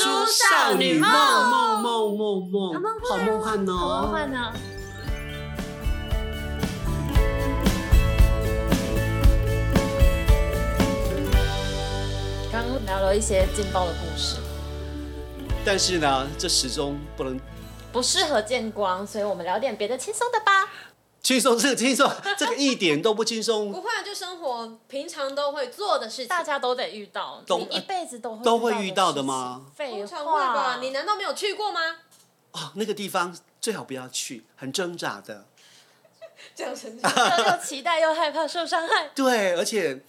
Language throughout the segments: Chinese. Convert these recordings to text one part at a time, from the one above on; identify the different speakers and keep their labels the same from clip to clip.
Speaker 1: 少女梦
Speaker 2: 梦梦梦梦
Speaker 1: 梦
Speaker 2: 好梦幻
Speaker 1: 好梦
Speaker 2: 哦！
Speaker 1: 幻呢？刚刚聊了一些劲爆的故事，
Speaker 2: 但是呢，这始终不能
Speaker 1: 不适合见光，所以我们聊点别的轻松的吧。
Speaker 2: 轻松，这个轻松，这个一点都不轻
Speaker 3: 不
Speaker 2: 松，
Speaker 3: 会啊，就生活平常都会做的事情。
Speaker 1: 大家都得遇到，
Speaker 2: 都
Speaker 1: 你一辈子都会
Speaker 2: 都会遇到的
Speaker 1: 事情
Speaker 2: 吗？
Speaker 1: 废
Speaker 3: 通
Speaker 1: 话，
Speaker 3: 常会吧？你难道没有去过吗？
Speaker 2: 哦，那个地方最好不要去，很挣扎的。
Speaker 3: 这 样啊成长。
Speaker 1: 又期待又害怕受伤害，
Speaker 2: 对，而且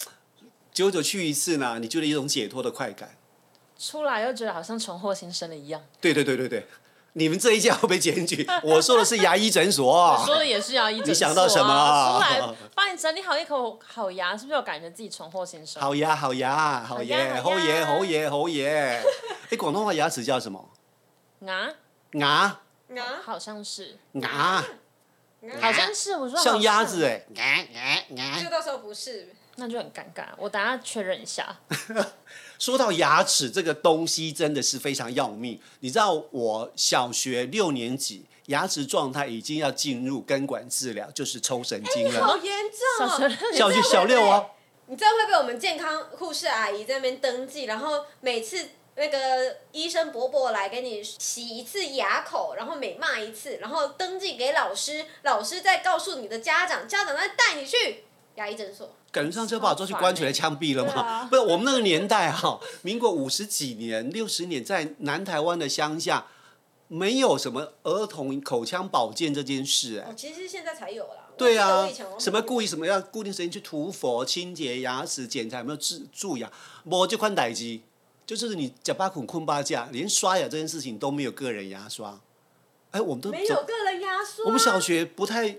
Speaker 2: 久久去一次呢，你就有一种解脱的快感。
Speaker 1: 出来又觉得好像重获新生了一样。
Speaker 2: 对对对对对，你们这一家会被检举，我说的是牙医诊所。
Speaker 1: 说的也是要医诊所啊
Speaker 2: 你想到什么啊
Speaker 1: 出来 帮你整理好一口好牙，是不是有感觉自己重获新生？
Speaker 2: 好牙，好牙，好耶，
Speaker 1: 好
Speaker 2: 侯爷，
Speaker 1: 牙好牙
Speaker 2: 侯爷，侯爷。哎，广东话牙齿叫什么？
Speaker 1: 啊，
Speaker 2: 牙
Speaker 3: 啊，
Speaker 1: 好像是，
Speaker 2: 牙，
Speaker 1: 好像是，我说 好
Speaker 2: 像鸭子
Speaker 3: 欸
Speaker 1: 像，
Speaker 2: 哎，牙牙
Speaker 3: 就
Speaker 2: 牙。
Speaker 3: 到时候不是。
Speaker 1: 那就很尴尬。我等下确认一下。
Speaker 2: 说到牙齿这个东西，真的是非常要命。你知道我小学六年级牙齿状态已经要进入根管治疗，就是抽神经
Speaker 1: 哎
Speaker 2: 了。
Speaker 3: 好严重
Speaker 1: 小
Speaker 2: 小
Speaker 1: 学
Speaker 3: 哦！
Speaker 2: 学小六哦，
Speaker 3: 你知道会被我们健康护士阿姨在那边登记，然后每次那个医生伯伯来给你洗一次牙口，然后每骂一次，然后登记给老师，老师再告诉你的家长，家长再带你去牙医诊所。
Speaker 2: 感觉上就把我抓去关起来枪毙了嘛？
Speaker 1: 对啊
Speaker 2: 不是，我们那个年代哈、民国五十几年、六十年，在南台湾的乡下，没有什么儿童口腔保健这件事、哎、
Speaker 3: 哦，其实现在才有啦。
Speaker 2: 对
Speaker 3: 我记得
Speaker 2: 啊
Speaker 3: 我以前好像，
Speaker 2: 什么
Speaker 3: 没有
Speaker 2: 故意什么要固定时间去涂氟、清洁牙齿、检查有没有治蛀牙，我就宽歹机，就是你假巴捆困八架，连刷牙这件事情都没有个人牙刷。哎，我们都
Speaker 3: 没有啊个人牙刷。
Speaker 2: 我们小学不太，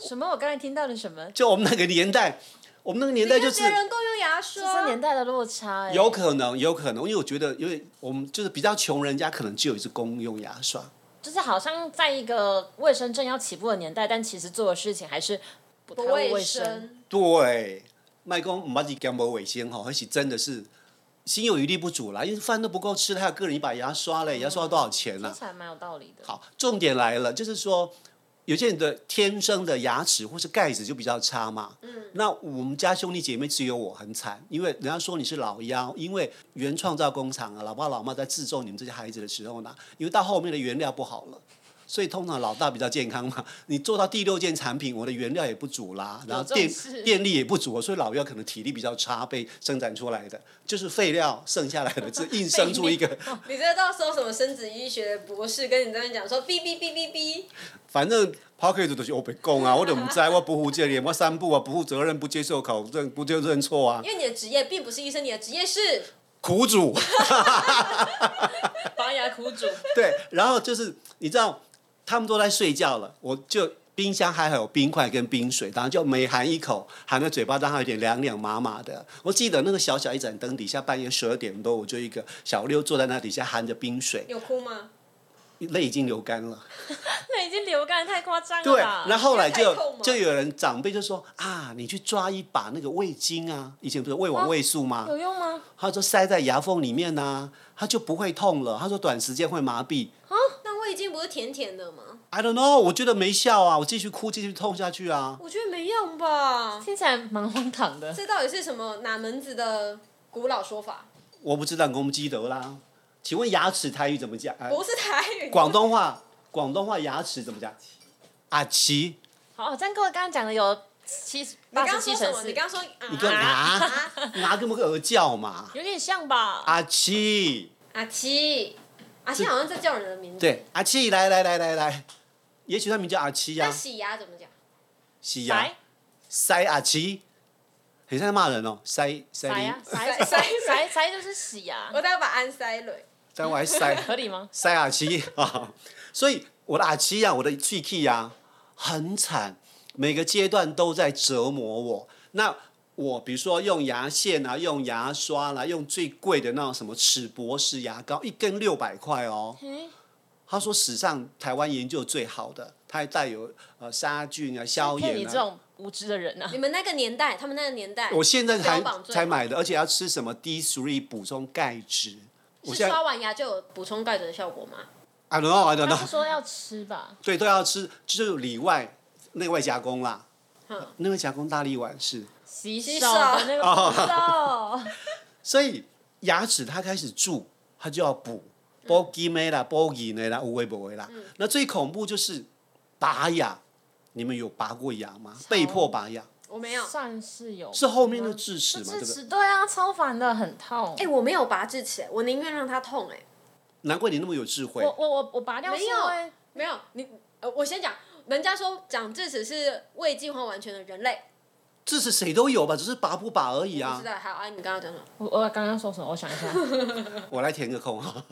Speaker 1: 什么？我刚才听到了什么？
Speaker 2: 就我们那个年代，我们那个年代
Speaker 3: 你
Speaker 2: 就
Speaker 3: 跟
Speaker 2: 是
Speaker 3: 别人共用牙
Speaker 1: 这是
Speaker 3: 刷。
Speaker 1: 年代的落差、欸，
Speaker 2: 有可能，有可能，因为我觉得，因为我们就是比较穷人家，可能只有一支公用牙刷。
Speaker 1: 就是好像在一个卫生正要起步的年代，但其实做的事情还是不太
Speaker 3: 不
Speaker 1: 卫
Speaker 3: 卫
Speaker 1: 生。
Speaker 3: 生，
Speaker 2: 对，麦公唔把自己干毛尾先哈，而且真的是心有余力不足啦，因为饭都不够吃，还有个人一把牙刷嘞，牙刷多少钱啊
Speaker 1: 听
Speaker 2: 啦？
Speaker 1: 起来蛮有道理的。
Speaker 2: 好，重点来了，就是说。有些人的天生的牙齿或是盖子就比较差嘛，嗯，那我们家兄弟姐妹只有我很惨，因为人家说你是老幺，因为原创造工厂啊，老爸老妈在制作你们这些孩子的时候呢，因为到后面的原料不好了，所以通常老大比较健康嘛， 你做到第六件产品，我的原料也不足啦，然后
Speaker 1: 有这种
Speaker 2: 电
Speaker 1: 事
Speaker 2: 电力也不足，所以老幺可能体力比较差，被生产出来的就是废料剩下来的，只硬生出一 个
Speaker 3: 你这到时候什么生殖医学的博士跟你在那边讲说哔哔哔哔哔，
Speaker 2: 反正抛开这东西我不供啊，我怎么知道我不负责任，我三不啊，不负责任，不接受考证，不就认错啊，
Speaker 3: 因为你的职业并不是医生，你的职业是
Speaker 2: 苦主。
Speaker 1: 拔牙苦主，
Speaker 2: 对，然后就是你知道，他们都在睡觉了，我就冰箱还有冰块跟冰水，然后就每含一口，含在嘴巴当然有点凉凉麻麻的。我记得那个小小一盏灯底下，半夜十二点多，我就一个小六坐在那底下含着冰水，
Speaker 3: 有哭吗？
Speaker 2: 泪已经流干了。
Speaker 1: 那已经流干，太夸张了
Speaker 2: 对，
Speaker 1: 吧。
Speaker 2: 然后后来
Speaker 3: 因为
Speaker 2: 就
Speaker 3: 太痛嘛
Speaker 2: 就有人长辈就说啊，你去抓一把那个味精啊，以前不是味
Speaker 3: 哦
Speaker 2: 网味素吗？
Speaker 1: 有用吗？
Speaker 2: 他说塞在牙缝里面呐、它就不会痛了。他说短时间会麻痹。
Speaker 3: 那味精不是甜甜的吗？
Speaker 2: I don't know，我觉得没效啊，我继续哭，继续痛下去啊。
Speaker 3: 我觉得没用吧。
Speaker 1: 听起来蛮荒唐的。
Speaker 3: 这到底是什么哪门子的古老说法？
Speaker 2: 我不知道，我们记得啦。请问牙齿台语怎么讲？呃
Speaker 3: 不是台语。
Speaker 2: 广东话，广东话牙齿怎么讲？阿奇，
Speaker 1: 好，这样跟我刚刚讲的有七
Speaker 3: 你
Speaker 1: 八
Speaker 3: 刚
Speaker 1: 十
Speaker 3: 刚
Speaker 1: 七
Speaker 3: 说什
Speaker 1: 成
Speaker 3: 么？
Speaker 1: 四
Speaker 3: 你，刚刚说
Speaker 2: 你个
Speaker 3: 啊
Speaker 2: 牙
Speaker 3: 啊
Speaker 2: 牙跟不个鹅叫嘛？
Speaker 1: 有点像吧？
Speaker 2: 阿奇，
Speaker 3: 阿七，阿七好像在叫人的名字。。
Speaker 2: 对，阿奇，来来来来来，也许他名叫阿奇呀、
Speaker 3: 那
Speaker 2: 啊，
Speaker 3: 洗牙怎么讲？
Speaker 2: 洗
Speaker 3: 啊
Speaker 2: 牙
Speaker 1: 来，
Speaker 2: 塞阿奇，很像在骂人哦，塞塞
Speaker 1: 来
Speaker 2: 梨
Speaker 1: 呀，来
Speaker 3: 塞
Speaker 1: 来来来就是啊洗啊牙，
Speaker 3: 我待会把安塞蕊。
Speaker 2: 但我还塞。
Speaker 1: 合理吗？
Speaker 2: 塞牙期啊，所以我的牙期呀，我的喙气呀，很惨，每个阶段都在折磨我。那我比如说用牙线啊，用牙刷啦、用最贵的那种什么齿博士牙膏，一根六百块哦。
Speaker 1: 嗯，
Speaker 2: 他说史上台湾研究最好的，它还带有呃杀菌啊、消
Speaker 1: 骗你
Speaker 2: 炎
Speaker 1: 这
Speaker 2: 啊。
Speaker 1: 种无知的人啊！
Speaker 3: 你们那个年代，他们那个年代，
Speaker 2: 我现在才
Speaker 3: 标榜最好
Speaker 2: 才买的，而且要吃什么 D three 补充钙质。我
Speaker 3: 是
Speaker 2: 现在
Speaker 3: 刷完牙就有补充钙质的效 果吗？
Speaker 2: I don't know, I don't
Speaker 1: 他
Speaker 2: know
Speaker 1: 是。说要吃吧？
Speaker 2: 对，都要吃，就是里外内外夹攻啦。
Speaker 3: 嗯
Speaker 2: 内外夹攻大力丸是，
Speaker 1: 洗
Speaker 3: 洗
Speaker 1: 手的
Speaker 3: 手
Speaker 1: 那
Speaker 2: 哦
Speaker 1: 个洗手，
Speaker 2: 所以牙齿它开始蛀，它就要补，补肌没啦，补肌没啦，无微不微啦。那最恐怖就是拔牙，你们有拔过牙吗？被迫拔牙
Speaker 3: 我没有。
Speaker 1: 算是有，
Speaker 2: 是后面的
Speaker 1: 嗯
Speaker 2: 智齿嘛，对
Speaker 1: 智
Speaker 2: 不对？
Speaker 1: 齿对啊，超烦的，很痛。
Speaker 3: 哎、我没有拔智齿，我宁愿让它痛、哎，
Speaker 2: 难怪你那么有智慧
Speaker 1: 我。我我我拔掉是
Speaker 3: 没
Speaker 1: 因
Speaker 3: 有
Speaker 1: 为
Speaker 3: 没有你，呃，我先讲，人家说长智齿是未进化完全的人类，
Speaker 2: 智齿谁都有吧，只是拔不拔而已
Speaker 3: 不
Speaker 2: 啊
Speaker 3: 知。道。好，啊，你刚刚讲什么？
Speaker 1: 我我刚刚说什么？我想一 下，
Speaker 2: 我来填个空 啊。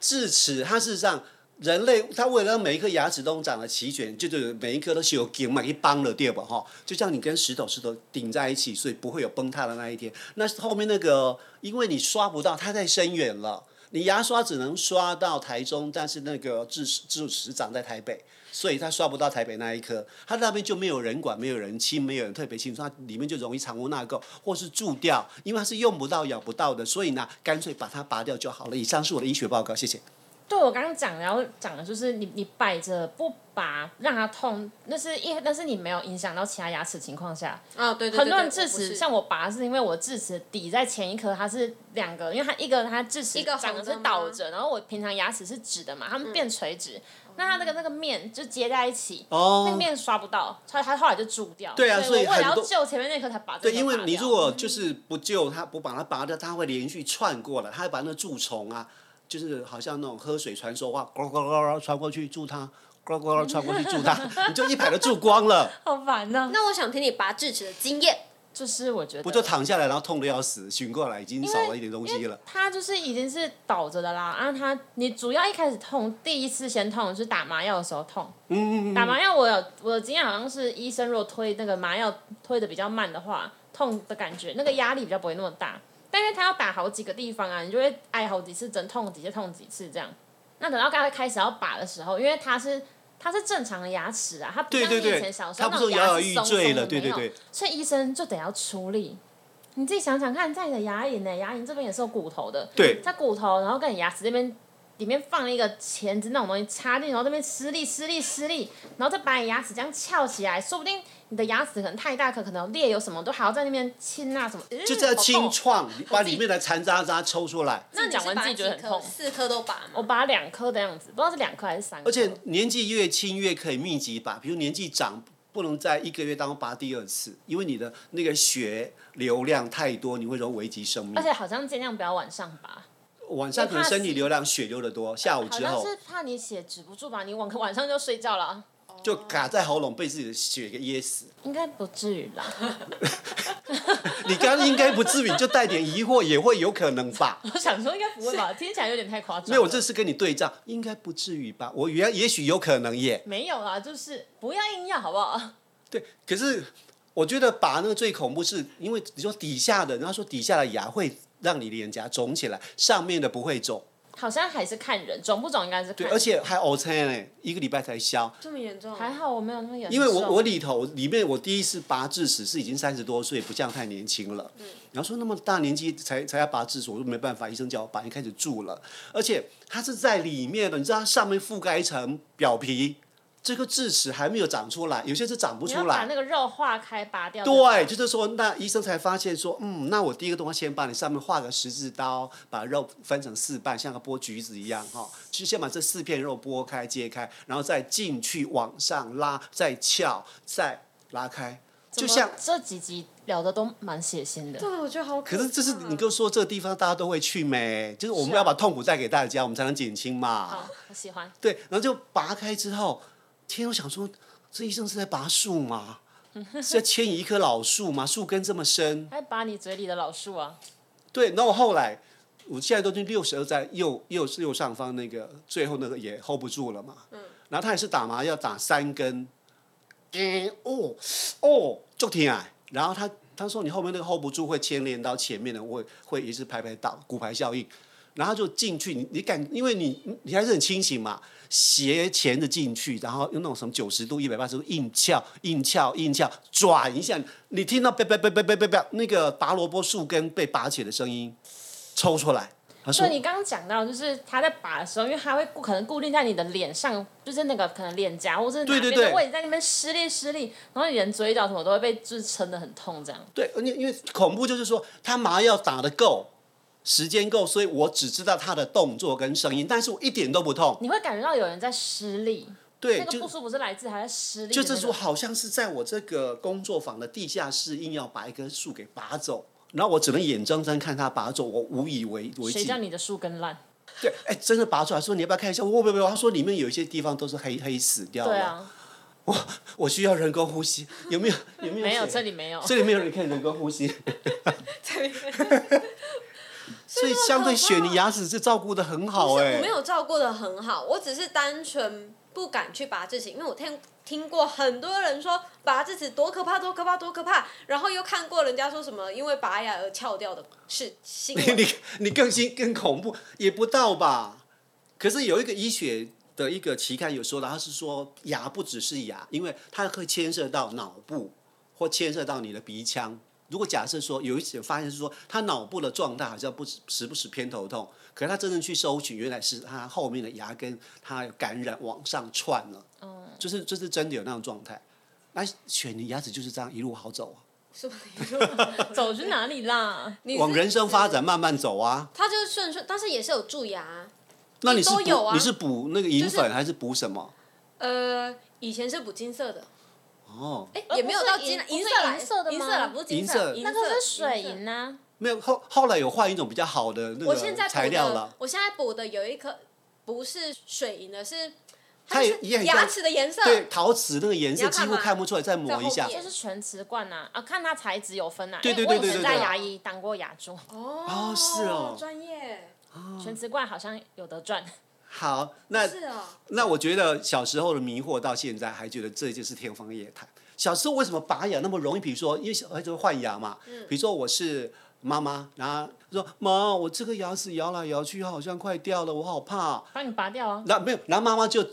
Speaker 2: 智齿它事实上，人类它为了让每一颗牙齿都长得齐全，就是每一颗都是有给嘛一帮了，对吧？哈，就像你跟石头石头顶在一起，所以不会有崩塌的那一天。那后面那个，因为你刷不到，它太深远了。你牙刷只能刷到台中，但是那个智齿智齿长在台北，所以它刷不到台北那一颗，它那边就没有人管，没有人清，没有人特别清楚，它里面就容易藏污纳垢，或是蛀掉，因为它是用不到、咬不到的，所以呢，干脆把它拔掉就好了。以上是我的医学报告，谢谢。
Speaker 1: 对我刚刚讲的，然后讲的就是你你摆着不拔，让它痛，那是因那是你没有影响到其他牙齿情况下。
Speaker 3: 啊、对对对
Speaker 1: 很多
Speaker 3: 对
Speaker 1: 人
Speaker 3: 我
Speaker 1: 智
Speaker 3: 不是
Speaker 1: 齿，像我拔是因为我智齿抵在前一颗，它是两个，因为它一个它智齿
Speaker 3: 一个
Speaker 1: 长
Speaker 3: 红
Speaker 1: 的
Speaker 3: 的
Speaker 1: 是
Speaker 3: 吗嗯
Speaker 1: 倒着，然后我平常牙齿是直的嘛，它们变垂直，那它那个那个面就接在一起，那个
Speaker 2: 哦，
Speaker 1: 面刷不到，它它后来就蛀掉。
Speaker 2: 对啊
Speaker 1: 所以
Speaker 2: 所
Speaker 1: 我
Speaker 2: 以
Speaker 1: 为
Speaker 2: 很
Speaker 1: 了要
Speaker 2: 多
Speaker 1: 救前面那颗才把这
Speaker 2: 对，
Speaker 1: 颗
Speaker 2: 因为
Speaker 1: 拔
Speaker 2: 你
Speaker 1: 掉
Speaker 2: 如果就是不救它，不把它拔掉，它会连续窜过来，它会把那个蛀虫啊，就是好像那种喝水传说话，呱呱呱呱传过去蛀它，呱呱呱传过去蛀它，你 就一排都蛀光了。
Speaker 1: 好烦呢、
Speaker 3: 那我想听你拔智齿的经验。
Speaker 1: 就是我觉得
Speaker 2: 不就躺下来，然后痛的要死，醒过来已经少了一点东西了。
Speaker 1: 它就是已经是倒着的啦，然后它你主要一开始痛，第一次先痛是打麻药的时候痛，
Speaker 2: 嗯，嗯
Speaker 1: 打麻药我有我的经验好像是医生如果推那个麻药推的比较慢的话，痛的感觉那个压力比较不会那么大，但因为它要打好几个地方啊，你就会挨好几次针，痛几次痛几次这样。那等到刚才开始要拔的时候，因为它是它是正常的牙齿啊，它不
Speaker 2: 对
Speaker 1: 像
Speaker 2: 对
Speaker 1: 你以
Speaker 2: 对
Speaker 1: 前小，时
Speaker 2: 他
Speaker 1: 候
Speaker 2: 不
Speaker 1: 那
Speaker 2: 是
Speaker 1: 种
Speaker 2: 摇
Speaker 1: 牙
Speaker 2: 摇
Speaker 1: 齿
Speaker 2: 欲
Speaker 1: 松松
Speaker 2: 坠
Speaker 1: 的
Speaker 2: 了，对对
Speaker 1: 没有
Speaker 2: 对，
Speaker 1: 所以医生就得要处理。你自己想想看，在你的牙龈呢、牙龈这边也是有骨头的，
Speaker 2: 对
Speaker 1: 在骨头，然后跟你牙齿这边里面放了一个钳子那种东西插进去，然后这边施力、施力、施力，然后再把你牙齿这样翘起来，说不定你的牙齿可能太大颗，可能有裂，有什么都还要在那边亲啊什么，
Speaker 2: 就在清
Speaker 1: 清。
Speaker 2: 创，把里面的残渣渣抽出来。
Speaker 1: 那你
Speaker 3: 是
Speaker 1: 讲完
Speaker 3: 拔
Speaker 1: 自己觉得很
Speaker 3: 几颗
Speaker 1: 痛
Speaker 3: 四颗都拔
Speaker 1: 我
Speaker 3: 吗？
Speaker 1: 拔两颗的样子，不知道是两颗还是三颗。
Speaker 2: 而且年纪越轻越可以密集拔，比如年纪长不能在一个月当中拔第二次，因为你的那个血流量太多，你会容易危及生命。
Speaker 1: 而且好像尽量不要晚上拔，
Speaker 2: 晚上可能身体流量血流的多，下午
Speaker 1: 好
Speaker 2: 之
Speaker 1: 像
Speaker 2: 后
Speaker 1: 是怕你血止不住吧，你晚 晚上就睡觉了，
Speaker 2: 就卡在喉咙，被自己的血给噎死。
Speaker 1: 应该不至于啦。
Speaker 2: 你刚刚应该不至于，就带点疑惑，也会有可能吧？
Speaker 1: 我 想说应该不会吧，听起来有点太夸张了。
Speaker 2: 没有，我这次跟你对账，应该不至于吧？我原也许有可能耶。
Speaker 1: 没有啦，就是不要硬要好不好？
Speaker 2: 对，可是我觉得拔那个最恐怖是，因为你说底下的，然后说底下的牙会让你脸颊肿起来，上面的不会肿。
Speaker 1: 好像还是看人，肿不肿应该是看
Speaker 2: 对，
Speaker 1: 人。
Speaker 2: 而且还 O C 呢，一个礼拜才消。
Speaker 3: 这么严重
Speaker 1: 还好我没有那么严重。
Speaker 2: 因为我我里头里面我第一次拔智齿是已经三十多岁，不像太年轻了。
Speaker 1: 嗯
Speaker 2: 然后说那么大年纪才才要拔智齿，我说没办法，医生叫我拔，你开始蛀了，而且它是在里面的，你知道它上面覆盖一层表皮，这个智齿还没有长出来，有些是长不
Speaker 1: 你
Speaker 2: 出
Speaker 1: 要把
Speaker 2: 来。
Speaker 1: 那个肉化开拔掉。
Speaker 2: 对，啊就是说，那医生才发现说，嗯，那我第一个动作先把你上面画个十字刀，把肉分成四瓣，像个剥橘子一样哈、就先把这四片肉剥开、揭开，然后再进去往上拉，再翘，再拉开，
Speaker 1: 怎
Speaker 2: 就
Speaker 1: 么
Speaker 2: 像。
Speaker 1: 这几集聊的都蛮血腥的。
Speaker 3: 对，我觉得好
Speaker 2: 可是这是
Speaker 3: 怕
Speaker 2: 你跟我说这个地方大家都会去没，就是我们
Speaker 1: 嗯是啊
Speaker 2: 要把痛苦带给大家，我们才能减轻嘛。
Speaker 1: 好，我喜欢。
Speaker 2: 对，然后就拔开之后，天，我想说，这医生是在拔树吗？是在迁移一棵老树吗？树根这么深，
Speaker 1: 还拔你嘴里的老树啊！
Speaker 2: 对，那我后来，我现在都是六十二在右右右上方那个，最后那个也 hold 不住了嘛。嗯。然后他也是打麻药打三根，嗯哦哦，就挺矮。然后他他说你后面那个 hold 不住会牵连到前面的，会会一直排排倒，骨牌效应。然后就进去，你你感，因为你你你还是很清醒嘛，斜前着进去，然后用那种什么九十度、一百八十度硬翘、硬翘、硬翘，转一下，你听到叭叭叭叭叭叭叭那个拔萝卜树根被拔起的声音，抽出来，他说
Speaker 1: 对你刚刚讲到，就是他在拔的时候，因为他会固可能固定在你的脸上，就是那个可能脸颊或者哪
Speaker 2: 对对
Speaker 1: 边的
Speaker 2: 对
Speaker 1: 位置在那边失力失力，然后你人嘴角什么都会被就是撑得很痛这样。
Speaker 2: 对，因为因为恐怖就是说他麻药打得够，时间够，所以我只知道他的动作跟声音，但是我一点都不痛。
Speaker 1: 你会感觉到有人在施力，
Speaker 2: 对，
Speaker 1: 那个
Speaker 2: 就
Speaker 1: 不舒服是来自还在施力的
Speaker 2: 就
Speaker 1: 那个、
Speaker 2: 这组好像是在我这个工作坊的地下室，硬要把一棵树给拔走，然后我只能眼睁睁看他拔走，我无以为为
Speaker 1: 谁
Speaker 2: 继
Speaker 1: 叫。你的树根烂？
Speaker 2: 对，哎，真的拔出来，说你要不要看一下？我不不不，他说里面有一些地方都是黑黑死掉了，
Speaker 1: 对啊，
Speaker 2: 我需要人工呼吸，有没有？有没有谁？
Speaker 1: 没有这里没有。
Speaker 2: 这里没有人可以人工呼吸，
Speaker 3: 对，
Speaker 2: 所以相对雪梨牙齿是照顾的很
Speaker 3: 哦
Speaker 2: 好哎、
Speaker 3: 我没有照顾的很好，我只是单纯不敢去拔智齿，因为我听听过很多人说拔智齿多可怕，多可怕，多可怕，然后又看过人家说什么因为拔牙而翘掉的事新 闻。
Speaker 2: 你 你更新更恐怖，也不到吧？可是有一个医学的一个期刊有说的，他是说牙不只是牙，因为它会牵涉到脑部或牵涉到你的鼻腔。如果假设说有一些发现是说他脑部的状态好像不时时不时偏头痛，可是他真正去搜寻，原来是他后面的牙根它有感染往上窜了，
Speaker 3: 哦
Speaker 2: 就是这、是真的有那种状态。那选你牙齿就是这样一路好走啊，
Speaker 3: 是吧？你说
Speaker 1: 走去哪里啦？
Speaker 3: 你是
Speaker 2: 往人生发展慢慢走啊。
Speaker 3: 他就是顺顺，但是也是有蛀牙。
Speaker 2: 那你是
Speaker 3: 都
Speaker 2: 补、
Speaker 3: 有啊
Speaker 2: 你是补那个银
Speaker 3: 就是
Speaker 2: 粉还是补什么？
Speaker 3: 呃，以前是补金色的，
Speaker 2: 哦，
Speaker 3: 哎、
Speaker 1: 呃
Speaker 3: 也没有
Speaker 1: 不是
Speaker 3: 到
Speaker 1: 银
Speaker 3: 金啦
Speaker 1: 不
Speaker 3: 银
Speaker 1: 是
Speaker 3: 色啦，
Speaker 1: 银色的
Speaker 3: 银色
Speaker 1: 吗
Speaker 3: 啦，不是金
Speaker 2: 银
Speaker 3: 色，
Speaker 2: 色
Speaker 3: 银
Speaker 1: 那个是水
Speaker 3: 银色
Speaker 1: 银啊呐、
Speaker 2: 没有后后来有换一种比较好的那
Speaker 3: 我现在
Speaker 2: 个材
Speaker 3: 补
Speaker 2: 料
Speaker 3: 的
Speaker 2: 了，，
Speaker 3: 我现在补的有一颗不是水银的，是
Speaker 2: 它也
Speaker 3: 是
Speaker 2: 也很
Speaker 3: 牙
Speaker 2: 像
Speaker 3: 齿的颜色。
Speaker 2: 对陶瓷那个颜
Speaker 3: 你
Speaker 2: 色
Speaker 3: 要
Speaker 2: 几
Speaker 3: 看
Speaker 2: 乎
Speaker 3: 吗
Speaker 2: 看不出来，再磨一
Speaker 3: 在
Speaker 2: 下
Speaker 3: 后。
Speaker 1: 就
Speaker 3: 面
Speaker 1: 是全瓷冠呐、啊，看它材质有分呐、啊。
Speaker 2: 对对
Speaker 1: 因
Speaker 2: 对
Speaker 1: 为我以
Speaker 2: 对
Speaker 1: 前在
Speaker 2: 对对
Speaker 1: 牙医当过牙柱，
Speaker 3: 哦
Speaker 2: 哦是哦
Speaker 3: 专业
Speaker 1: 全瓷冠好像有得赚。
Speaker 2: 好，那
Speaker 3: 是哦，
Speaker 2: 那我觉得小时候的迷惑到现在还觉得这就是天方夜谭。小时候为什么拔牙那么容易？比如说，因为小孩子会换牙嘛。
Speaker 3: 嗯
Speaker 2: 比如说我是妈妈，然后说妈，我这个牙齿摇来摇去，好像快掉了，我好怕哦、
Speaker 1: 帮你拔掉啊，
Speaker 2: 然后没有，然后妈妈就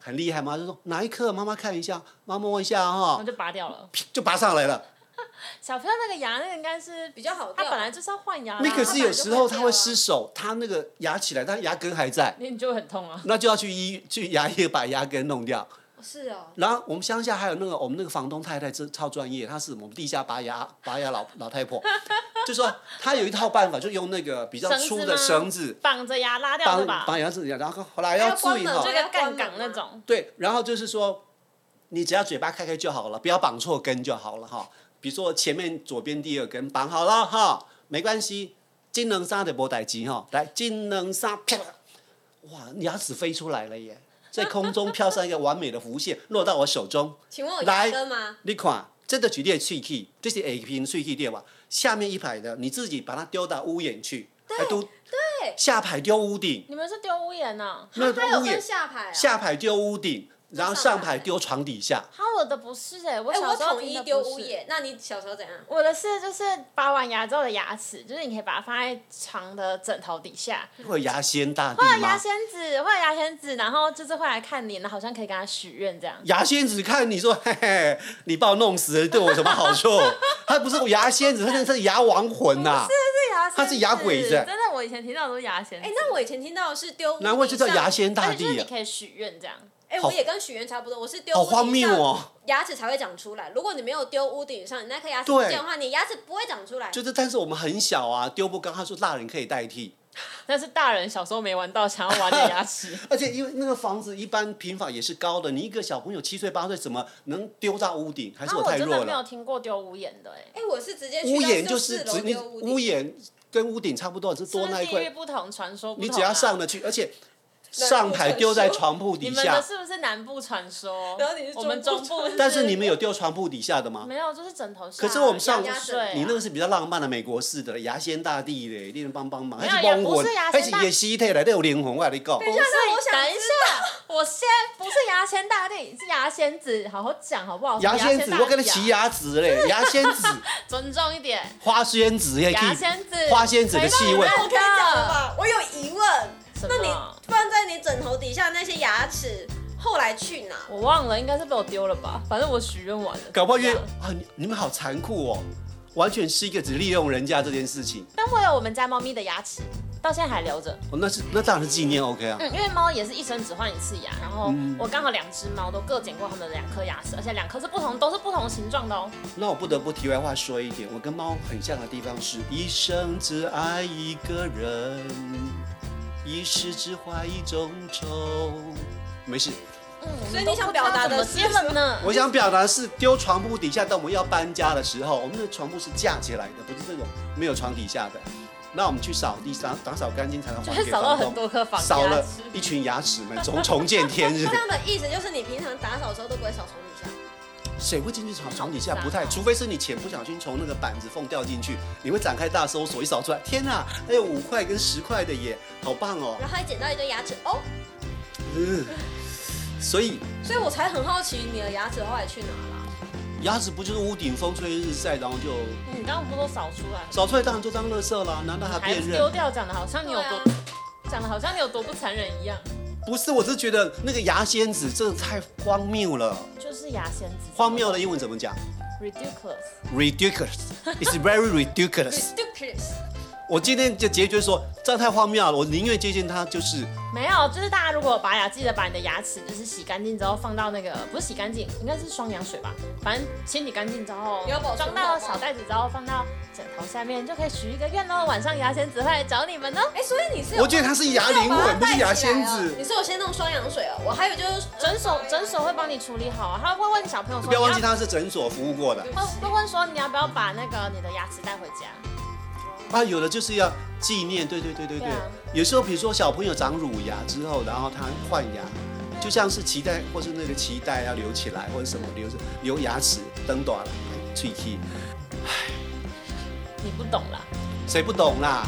Speaker 2: 很厉害嘛，就说哪一颗？妈妈看一下，妈摸一下
Speaker 3: 嗯
Speaker 1: 然
Speaker 2: 哈、
Speaker 1: 后就拔掉 了。
Speaker 2: 就拔上来了。
Speaker 1: 小朋友那个牙，那个应该是
Speaker 3: 比较好
Speaker 1: 他
Speaker 3: 掉。
Speaker 1: 本来就是要换牙啦，
Speaker 2: 那可是有时候
Speaker 3: 它
Speaker 2: 他会
Speaker 3: 本来就会掉啊
Speaker 2: 失手，他那个牙起来，但牙根还在，
Speaker 1: 那你就会很痛啊。
Speaker 2: 那就要去医去牙医把牙根弄掉。
Speaker 3: 是哦，
Speaker 2: 然后我们乡下还有那个我们那个房东太太，这超专业，她是我们地下拔牙拔牙老老太婆， 就说她有一套办法，就用那个比较
Speaker 1: 绳子
Speaker 2: 粗的
Speaker 1: 吗
Speaker 2: 绳子
Speaker 1: 绑着牙拉掉
Speaker 2: 绑
Speaker 1: 是吧？
Speaker 2: 绑牙齿，然后后来
Speaker 3: 要
Speaker 2: 要注
Speaker 3: 关
Speaker 2: 意
Speaker 3: 门
Speaker 2: 哈
Speaker 1: 就，
Speaker 3: 这个
Speaker 1: 跟杠杆那种。
Speaker 2: 对，然后就是说，你只要嘴巴开开就好了，不要绑错根就好了哈。比如说前面左边第二根绑好了哈，没关系，金能沙的波代机哈，来金能沙啪，哇，牙齿飞出来了耶，在空中飘上一个完美的弧线，落到我手中。
Speaker 3: 请问我牙
Speaker 2: 来
Speaker 3: 根吗？
Speaker 2: 你看，这个举例喙齿，这是 A 片喙齿对吧？下面一排的你自己把它丢到屋檐去，对丢对，下排丢屋顶，
Speaker 1: 你们是丢屋檐啊 呢、
Speaker 2: 那
Speaker 3: 它有
Speaker 2: 屋檐
Speaker 3: 分下排啊。
Speaker 2: 下排丢屋顶，然后
Speaker 3: 上
Speaker 2: 上
Speaker 3: 排
Speaker 2: 排丢床底下。
Speaker 1: 哈，我的不是哎、我
Speaker 3: 哎，
Speaker 1: 小
Speaker 3: 我
Speaker 1: 时候
Speaker 3: 统
Speaker 1: 听
Speaker 3: 一
Speaker 1: 的
Speaker 3: 丢
Speaker 1: 不
Speaker 3: 屋
Speaker 1: 是。
Speaker 3: 檐，那你小时候怎样？
Speaker 1: 我的是就是拔完牙之后的牙齿，就是你可以把它放在床的枕头底下，
Speaker 2: 会有牙仙大帝
Speaker 1: 会有牙
Speaker 2: 吗？
Speaker 1: 仙子，会有牙仙子，然后就是会来看你，然后好像可以跟他许愿这样。
Speaker 2: 牙仙子看你说，嘿嘿，你把我弄死了，对我有什么好处？ 他不是牙仙子，他那是牙亡魂呐、啊
Speaker 1: 是牙仙子，
Speaker 2: 他是牙鬼子
Speaker 1: 真的，我以前听到的都是牙仙子。
Speaker 3: 哎，那我以前听到的是丢屋顶上，
Speaker 2: 难怪就叫牙仙大
Speaker 1: 而且就是
Speaker 2: 帝
Speaker 1: 你
Speaker 2: 啊，
Speaker 1: 可以许愿这样，
Speaker 3: 哎，
Speaker 2: 好
Speaker 3: 我也跟许愿差不多，我是丢
Speaker 2: 好
Speaker 3: 屋顶
Speaker 2: 荒谬
Speaker 3: 上
Speaker 2: 哦！
Speaker 3: 牙齿才会长出来。如果你没有丢屋顶上，你那颗牙齿不
Speaker 2: 对
Speaker 3: 见的话，你牙齿不会长出来。
Speaker 2: 就是，但是我们很小啊，丢不高。他说大人可以代替，
Speaker 1: 但是大人小时候没玩到，想要玩点 牙齿。
Speaker 2: 而且因为那个房子一般平房也是高的，你一个小朋友七岁八岁怎么能丢到屋顶？还
Speaker 1: 然
Speaker 2: 是
Speaker 1: 后
Speaker 2: 太
Speaker 1: 我真
Speaker 2: 弱
Speaker 1: 的没有
Speaker 2: 了？
Speaker 1: 听过丢屋檐的哎、
Speaker 3: 哎，我是直接去
Speaker 2: 屋
Speaker 3: 到
Speaker 2: 檐
Speaker 3: 就
Speaker 2: 就是
Speaker 3: 楼
Speaker 2: 指你
Speaker 3: 丢屋
Speaker 2: 屋
Speaker 3: 顶。
Speaker 2: 檐跟屋顶差不多，只
Speaker 1: 是
Speaker 2: 多
Speaker 1: 不
Speaker 2: 那
Speaker 1: 是
Speaker 2: 一
Speaker 1: 地域
Speaker 2: 块，
Speaker 1: 不同，传说不同、啊。
Speaker 2: 你只要上得去，而且上排丢在床铺
Speaker 1: 你
Speaker 2: 底
Speaker 1: 们的
Speaker 2: 下。
Speaker 1: 是不是南部传说？
Speaker 3: 然后你是
Speaker 1: 我们
Speaker 3: 中部
Speaker 1: 中部，
Speaker 2: 但是你们有丢床铺底下的吗？
Speaker 1: 没有，啊就是枕头下。
Speaker 2: 可是我们上
Speaker 1: 压压睡啊
Speaker 2: 你那个是比较浪漫的美国式的牙仙大帝嘞，令人帮帮忙，
Speaker 1: 没有
Speaker 2: 还是帮
Speaker 1: 也不
Speaker 2: 魂
Speaker 1: 是牙，仙
Speaker 2: 还
Speaker 1: 大
Speaker 2: 是也西退来都有灵魂，我跟你讲。
Speaker 1: 不是啊
Speaker 3: 那我想
Speaker 1: 等一
Speaker 3: 知
Speaker 1: 下，我先不是牙仙大帝，是牙仙子，好好讲好不好？
Speaker 2: 牙仙子，我跟你
Speaker 1: 骑
Speaker 2: 骑，牙子 嘞，牙仙子、
Speaker 1: 尊重一点。
Speaker 2: 花仙子也可
Speaker 1: 牙
Speaker 2: 以，
Speaker 1: 仙子，啊
Speaker 2: 花仙子的气味
Speaker 1: 没办法
Speaker 3: 我可以讲了吧？我有疑问，
Speaker 1: 什
Speaker 3: 那你
Speaker 1: 么
Speaker 3: 放在你枕头底下那些牙齿，后来去哪？
Speaker 1: 我忘了，应该是被我丢了吧？反正我许愿完了。
Speaker 2: 搞不好
Speaker 1: 这
Speaker 2: 约
Speaker 1: 样
Speaker 2: 啊！你你们好残酷哦，完全是一个只利用人家这件事情。
Speaker 1: 但我有我们家猫咪的牙齿，到现在还留着。
Speaker 2: 哦那是那当然是纪念 OK 啊。
Speaker 1: 嗯，因为猫也是一生只换一次牙，然后
Speaker 2: 嗯
Speaker 1: 我刚好两只猫都各剪过它们的两颗牙齿，而且两颗是不同，都是不同形状的哦。
Speaker 2: 那我不得不题外话说一点，我跟猫很像的地方是，一生只爱一个人，一世只怀一种愁。没事，
Speaker 1: 嗯，我们
Speaker 3: 所以
Speaker 1: 都
Speaker 3: 你想
Speaker 1: 不知道
Speaker 3: 表达的
Speaker 1: 怎么接
Speaker 3: 是
Speaker 1: 吻呢？
Speaker 2: 我想表达的是，丢床铺底下，当我们要搬家的时候，我们的床铺是架起来的，不是这种没有床底下的。那我们去扫地，打打扫干净才能
Speaker 1: 就
Speaker 2: 还
Speaker 1: 是
Speaker 2: 给
Speaker 1: 少了
Speaker 2: 房
Speaker 1: 很
Speaker 2: 东。
Speaker 1: 多颗房啊
Speaker 2: 少
Speaker 1: 牙
Speaker 2: 了
Speaker 1: 齿。
Speaker 2: 一群牙齿们，重重见天日
Speaker 3: 这。样的意思就是你平常打扫的时候都不会扫床底下。
Speaker 2: 谁会进去床床底下？
Speaker 1: 好
Speaker 2: 不太，
Speaker 1: 脏哦
Speaker 2: 除非是你啊钱不小心从那个板子缝掉进去，你会展开大搜索，一扫出来，天啊，还有五块跟十块的耶，好棒哦！
Speaker 3: 然后还捡到一堆牙齿哦，
Speaker 2: 嗯，所以
Speaker 3: 所以我才很好奇你的牙齿后来去哪了。
Speaker 2: 牙齿不就是屋顶风吹日晒，然后就
Speaker 1: 你刚刚不是都扫出来，
Speaker 2: 扫出来，当然就当垃圾啦，难道嗯还
Speaker 1: 还
Speaker 2: 啊辨
Speaker 1: 丢
Speaker 2: 认？
Speaker 1: 掉，讲的好像你有
Speaker 3: 对
Speaker 1: 多
Speaker 3: 啊，
Speaker 1: 讲的好像你有多不残忍一样，
Speaker 2: 不是，我是觉得那个牙仙子真的太荒谬了，
Speaker 1: 就是牙仙子。
Speaker 2: 荒谬的英文怎么讲
Speaker 1: ridiculous，
Speaker 2: ？Ridiculous，it's very ridiculous。
Speaker 3: ridiculous。
Speaker 2: 我今天就结决说，这样太荒谬了，我宁愿接近他，就是
Speaker 1: 没有，就是大家如果拔牙，记得把你的牙齿就是洗干净之后放到那个不是洗干净，应该是双氧水吧，反正清理干净之后
Speaker 3: 你要保存
Speaker 1: 装到
Speaker 3: 好吗
Speaker 1: 小袋子之后放到枕头下面，就可以许一个愿喽。晚上牙仙子会来找你们哦。
Speaker 3: 哎，所以你是有
Speaker 2: 我觉得他是牙灵魂，不是牙仙子
Speaker 3: 啊你。是有先弄双氧水哦，我还有就是
Speaker 1: 诊所诊所会帮你处理好啊，他会问小朋友说，
Speaker 2: 不要忘记他是诊所服务过的
Speaker 1: 他会问说你要不要把那个你的牙齿带回家？
Speaker 2: 啊，有的就是要纪念，对对对对对
Speaker 1: 对啊。
Speaker 2: 有时候比如说小朋友长乳牙之后，然后他换牙，就像是脐带或是那个脐带要留起来，或者什么留着留牙齿灯哎短了，吹气，
Speaker 1: 你不懂啦。
Speaker 2: 谁不懂啦？